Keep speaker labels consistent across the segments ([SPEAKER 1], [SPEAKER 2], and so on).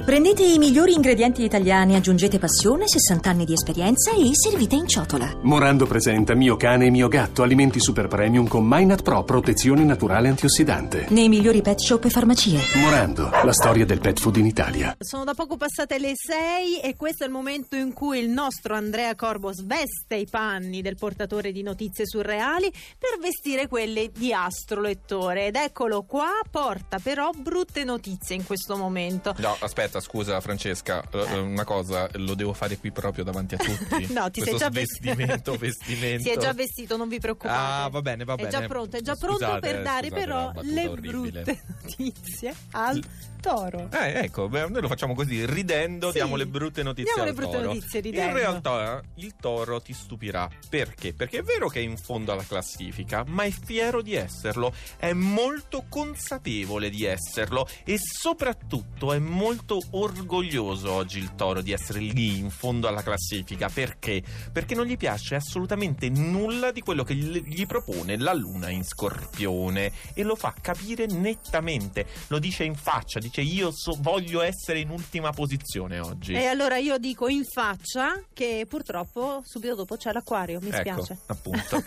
[SPEAKER 1] Prendete i migliori ingredienti italiani, aggiungete passione, 60 anni di esperienza e servite in ciotola.
[SPEAKER 2] Morando presenta Mio cane e mio gatto, alimenti super premium con Minat Pro, protezione naturale antiossidante.
[SPEAKER 1] Nei migliori pet shop e farmacie.
[SPEAKER 2] Morando, la storia del pet food in Italia.
[SPEAKER 3] Sono da poco passate le 6 e questo è il momento in cui il nostro Andrea Corbo sveste i panni del portatore di notizie surreali per vestire quelle di astrolettore. Ed eccolo qua, porta però brutte notizie in questo momento.
[SPEAKER 4] No, aspetta, scusa Francesca, l-
[SPEAKER 3] Esatto. Eh.
[SPEAKER 4] una cosa, lo devo fare qui proprio davanti a tutti.
[SPEAKER 3] No, ti sei
[SPEAKER 4] Questo
[SPEAKER 3] già
[SPEAKER 4] svestimento,
[SPEAKER 3] vestito.
[SPEAKER 4] vestimento.
[SPEAKER 3] Si è già vestito, non vi preoccupate.
[SPEAKER 4] Ah, va bene, va
[SPEAKER 3] È
[SPEAKER 4] bene.
[SPEAKER 3] già pronto, è già pronto
[SPEAKER 4] Scusate, eh,
[SPEAKER 3] per dare
[SPEAKER 4] scusate
[SPEAKER 3] però
[SPEAKER 4] la battuta
[SPEAKER 3] le
[SPEAKER 4] orribile.
[SPEAKER 3] brutte notizie al toro.
[SPEAKER 4] Eh, ecco, beh, noi lo facciamo così, ridendo,
[SPEAKER 3] Sì.
[SPEAKER 4] diamo le brutte notizie
[SPEAKER 3] Diamo le
[SPEAKER 4] al
[SPEAKER 3] brutte
[SPEAKER 4] toro.
[SPEAKER 3] notizie, ridendo.
[SPEAKER 4] In realtà eh, il toro ti stupirà. Perché? Perché è vero che è in fondo alla classifica, ma è fiero di esserlo, è molto consapevole di esserlo e soprattutto è molto orgoglioso oggi il toro di essere lì in fondo alla classifica. Perché? Perché non gli piace assolutamente nulla di quello che gli gli propone la luna in scorpione e lo fa capire nettamente, lo dice in faccia, dice io so- voglio essere in ultima posizione oggi.
[SPEAKER 3] E allora io dico in faccia che purtroppo subito dopo c'è l'acquario, mi
[SPEAKER 4] Ecco,
[SPEAKER 3] spiace.
[SPEAKER 4] appunto.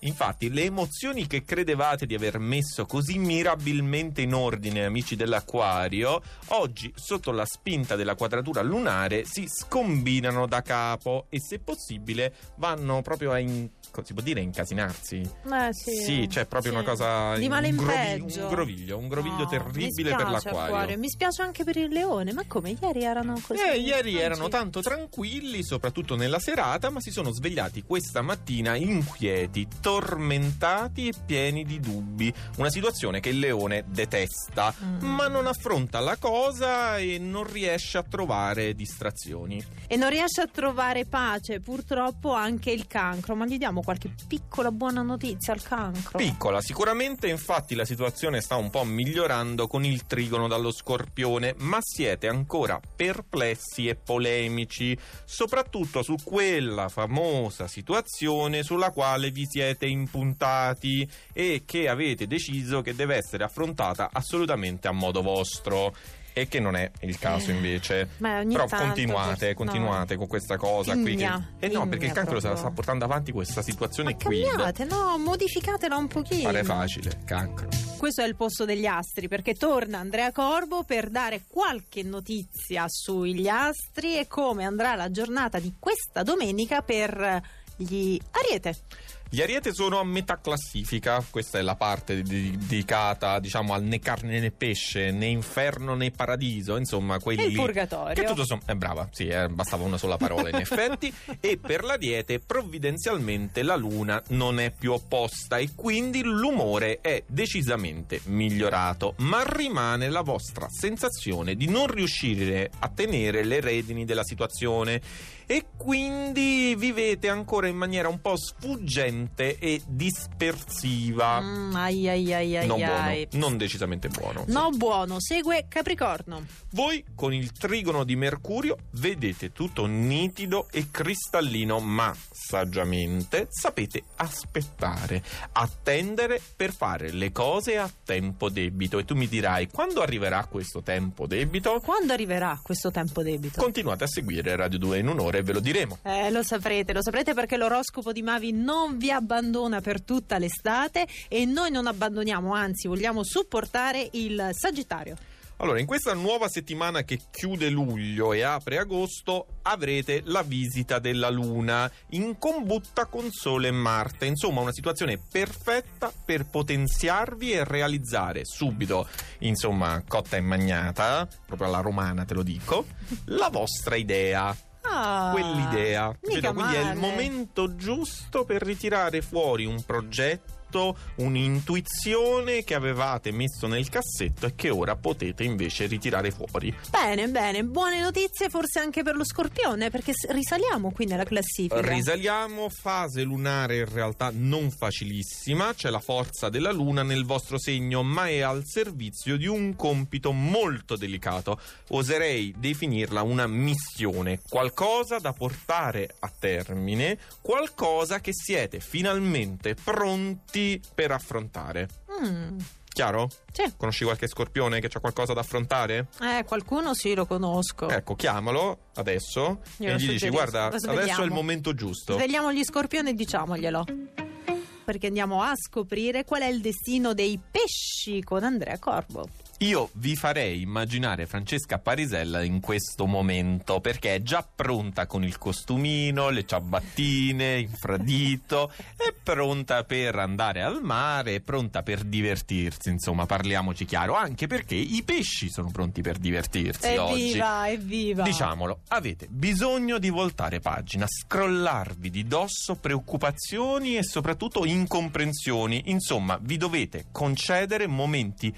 [SPEAKER 4] Infatti, le emozioni che credevate di aver messo così mirabilmente in ordine, amici dell'acquario, oggi, sotto la spinta della quadratura lunare, si scombinano da capo e, se possibile, vanno proprio a in- co- si può dire incasinarsi.
[SPEAKER 3] Eh, sì.
[SPEAKER 4] c'è cioè, proprio
[SPEAKER 3] Sì.
[SPEAKER 4] una cosa
[SPEAKER 3] di male in
[SPEAKER 4] un grovi-
[SPEAKER 3] peggio.
[SPEAKER 4] un groviglio, un groviglio
[SPEAKER 3] No,
[SPEAKER 4] terribile
[SPEAKER 3] mi spiace,
[SPEAKER 4] per l'acquario.
[SPEAKER 3] acquario. Mi spiace anche per il leone, ma come ieri erano così?
[SPEAKER 4] Eh, ieri erano
[SPEAKER 3] oggi-
[SPEAKER 4] tanto tranquilli, soprattutto nella serata, ma si sono svegliati questa mattina inquieti, tormentati e pieni di dubbi. Una situazione che il leone detesta,
[SPEAKER 3] Mm.
[SPEAKER 4] ma non affronta la cosa e non riesce a trovare distrazioni.
[SPEAKER 3] E non riesce a trovare pace, purtroppo anche il cancro, ma gli diamo qualche piccola buona notizia al cancro.
[SPEAKER 4] Piccola, sicuramente infatti la situazione sta un po' migliorando con il trigono dallo scorpione, ma siete ancora perplessi e polemici, soprattutto su quella famosa situazione sulla quale vi siete impuntati e che avete deciso che deve essere affrontata assolutamente a modo vostro. E che non è il caso
[SPEAKER 3] Eh,
[SPEAKER 4] invece.
[SPEAKER 3] Ma ogni
[SPEAKER 4] Però
[SPEAKER 3] tanto
[SPEAKER 4] continuate,
[SPEAKER 3] questo-
[SPEAKER 4] continuate
[SPEAKER 3] no.
[SPEAKER 4] con questa cosa qui. Che...
[SPEAKER 3] Pigna,
[SPEAKER 4] Eh no, perché
[SPEAKER 3] pigna
[SPEAKER 4] il cancro se la
[SPEAKER 3] proprio.
[SPEAKER 4] sta portando avanti questa situazione
[SPEAKER 3] Ma
[SPEAKER 4] qui.
[SPEAKER 3] cambiate, no, modificatela un pochino.
[SPEAKER 4] Pare facile, cancro.
[SPEAKER 3] Questo è il posto degli astri perché torna Andrea Corbo per dare qualche notizia sugli astri e come andrà la giornata di questa domenica per gli Ariete.
[SPEAKER 4] Gli Ariete sono a metà classifica, questa è la parte di- dedicata, diciamo, al né carne né pesce, né inferno né paradiso, insomma,
[SPEAKER 3] E
[SPEAKER 4] quelli
[SPEAKER 3] il
[SPEAKER 4] che
[SPEAKER 3] purgatorio.
[SPEAKER 4] tutto sommato è brava, sì, eh, bastava una sola parola in effetti. E per l'Ariete, provvidenzialmente, la Luna non è più opposta e quindi l'umore è decisamente migliorato. Ma rimane la vostra sensazione di non riuscire a tenere le redini della situazione e quindi vivete ancora in maniera un po' sfuggente e dispersiva.
[SPEAKER 3] Mm, ai ai ai ai
[SPEAKER 4] non
[SPEAKER 3] ai.
[SPEAKER 4] buono, non decisamente buono.
[SPEAKER 3] No buono, segue Capricorno.
[SPEAKER 4] Voi con il trigono di Mercurio vedete tutto nitido e cristallino, ma saggiamente sapete aspettare, attendere per fare le cose a tempo debito. E tu mi dirai, quando arriverà questo tempo debito?
[SPEAKER 3] Quando arriverà questo tempo debito?
[SPEAKER 4] Continuate a seguire Radio 2 in un'ora e ve lo diremo.
[SPEAKER 3] Eh, lo saprete, lo saprete perché l'oroscopo di Mavi non vi abbandona per tutta l'estate e noi non abbandoniamo, anzi vogliamo supportare il Sagittario.
[SPEAKER 4] Allora, in questa nuova settimana che chiude luglio e apre agosto, avrete la visita della Luna in combutta con Sole e Marte. Insomma, una situazione perfetta per potenziarvi e realizzare subito, insomma, cotta e magnata, eh? proprio alla romana te lo dico, la vostra idea
[SPEAKER 3] Ah,
[SPEAKER 4] quell'idea.
[SPEAKER 3] mica
[SPEAKER 4] Capito? Quindi è
[SPEAKER 3] male.
[SPEAKER 4] il momento giusto per ritirare fuori un progetto, un'intuizione che avevate messo nel cassetto e che ora potete invece ritirare fuori.
[SPEAKER 3] Bene, bene, buone notizie forse anche per lo scorpione perché s- risaliamo qui nella classifica.
[SPEAKER 4] Risaliamo, fase lunare in realtà non facilissima, c'è la forza della luna nel vostro segno, ma è al servizio di un compito molto delicato. Oserei definirla una missione, qualcosa da portare a termine, qualcosa che siete finalmente pronti per affrontare.
[SPEAKER 3] Mm,
[SPEAKER 4] Chiaro?
[SPEAKER 3] Sì.
[SPEAKER 4] Conosci qualche scorpione che ha qualcosa da affrontare?
[SPEAKER 3] Eh, qualcuno sì, lo conosco.
[SPEAKER 4] Ecco, chiamalo adesso
[SPEAKER 3] Oh. Glielo
[SPEAKER 4] e gli dici:
[SPEAKER 3] suggerisco,
[SPEAKER 4] Guarda,
[SPEAKER 3] lo
[SPEAKER 4] adesso è il
[SPEAKER 3] svegliamo."
[SPEAKER 4] momento giusto.
[SPEAKER 3] Svegliamo gli scorpioni e diciamoglielo. Perché andiamo a scoprire qual è il destino dei pesci con Andrea Corbo.
[SPEAKER 4] Io vi farei immaginare Francesca Parisella in questo momento perché è già pronta con il costumino, le ciabattine, il fradito, è pronta per andare al mare, è pronta per divertirsi, insomma, parliamoci chiaro, anche perché i pesci sono pronti per divertirsi oggi. Diciamo.
[SPEAKER 3] Evviva, evviva.
[SPEAKER 4] Diciamolo, avete bisogno di voltare pagina, scrollarvi di dosso preoccupazioni e soprattutto incomprensioni. Insomma, vi dovete concedere momenti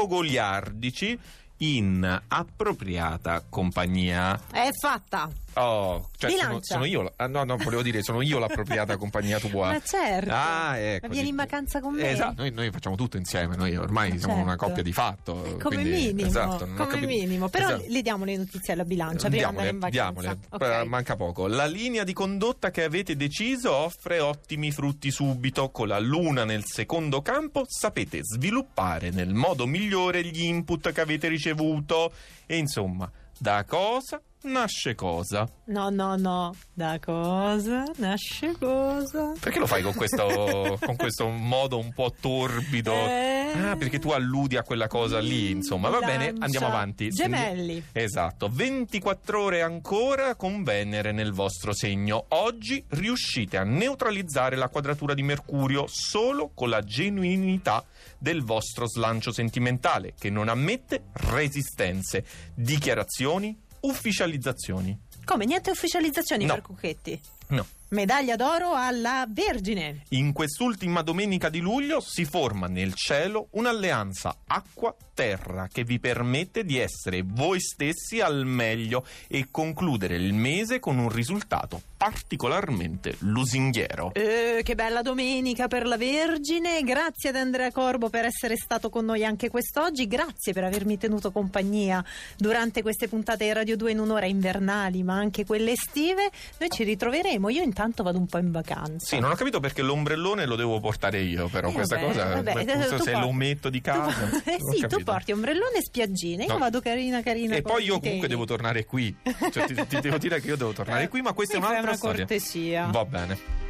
[SPEAKER 4] ludico-goliardici in appropriata compagnia.
[SPEAKER 3] È fatta.
[SPEAKER 4] Oh, cioè sono,
[SPEAKER 3] Bilancia.
[SPEAKER 4] sono io. la- ah, no, no, volevo dire, sono io l'appropriata compagnia tua.
[SPEAKER 3] Ma certo.
[SPEAKER 4] Ah, ecco.
[SPEAKER 3] Ma vieni in vacanza con me.
[SPEAKER 4] Esatto, noi, noi facciamo tutto insieme, noi ormai
[SPEAKER 3] Certo.
[SPEAKER 4] siamo una coppia di fatto.
[SPEAKER 3] Eh, Come
[SPEAKER 4] Eh, quindi-
[SPEAKER 3] minimo,
[SPEAKER 4] esatto, non ho
[SPEAKER 3] come
[SPEAKER 4] capito.
[SPEAKER 3] minimo. Però
[SPEAKER 4] Esatto. Eh,
[SPEAKER 3] le diamo le notizie alla bilancia prima di andare in vacanza.
[SPEAKER 4] diamole,
[SPEAKER 3] Ok.
[SPEAKER 4] Eh, manca poco. La linea di condotta che avete deciso offre ottimi frutti subito. Con la luna nel secondo campo sapete sviluppare nel modo migliore gli input che avete ricevuto. E insomma, da cosa nasce cosa?
[SPEAKER 3] No, no, no. Da cosa nasce cosa?
[SPEAKER 4] Perché lo fai con questo, con questo modo un po' torbido?
[SPEAKER 3] Eh.
[SPEAKER 4] Ah, perché tu alludi a quella cosa lì, insomma. Va bene,
[SPEAKER 3] Bilancia.
[SPEAKER 4] andiamo avanti.
[SPEAKER 3] Gemelli.
[SPEAKER 4] Esatto, 24 ore ancora con Venere nel vostro segno. Oggi riuscite a neutralizzare la quadratura di Mercurio solo con la genuinità del vostro slancio sentimentale, che non ammette resistenze, dichiarazioni, ufficializzazioni.
[SPEAKER 3] Come niente ufficializzazioni
[SPEAKER 4] No.
[SPEAKER 3] per Cucchetti.
[SPEAKER 4] No.
[SPEAKER 3] Medaglia d'oro alla Vergine.
[SPEAKER 4] In quest'ultima domenica di luglio si forma nel cielo un'alleanza acqua-terra che vi permette di essere voi stessi al meglio e concludere il mese con un risultato particolarmente lusinghiero.
[SPEAKER 3] Eh, che bella domenica per la Vergine. Grazie ad Andrea Corbo per essere stato con noi anche quest'oggi. Grazie per avermi tenuto compagnia durante queste puntate di Radio 2 in un'ora invernali, ma anche quelle estive. Noi ci ritroveremo. Io intanto vado un po' in vacanza.
[SPEAKER 4] Sì, non ho capito perché l'ombrellone lo devo portare io, però
[SPEAKER 3] Eh,
[SPEAKER 4] questa
[SPEAKER 3] vabbè,
[SPEAKER 4] cosa
[SPEAKER 3] vabbè,
[SPEAKER 4] non so
[SPEAKER 3] tu
[SPEAKER 4] se
[SPEAKER 3] porti-
[SPEAKER 4] lo metto di
[SPEAKER 3] tu
[SPEAKER 4] casa.
[SPEAKER 3] por- Eh
[SPEAKER 4] non ho
[SPEAKER 3] sì, tu
[SPEAKER 4] capito.
[SPEAKER 3] porti ombrellone e spiaggine. Io
[SPEAKER 4] No.
[SPEAKER 3] vado carina, carina.
[SPEAKER 4] E
[SPEAKER 3] con
[SPEAKER 4] poi
[SPEAKER 3] i
[SPEAKER 4] io comunque
[SPEAKER 3] teli.
[SPEAKER 4] devo tornare qui. Cioè, ti, ti devo dire che io devo tornare qui, ma questa è
[SPEAKER 3] Eh, Mi fai
[SPEAKER 4] un'altra
[SPEAKER 3] una
[SPEAKER 4] storia.
[SPEAKER 3] cortesia.
[SPEAKER 4] Va bene.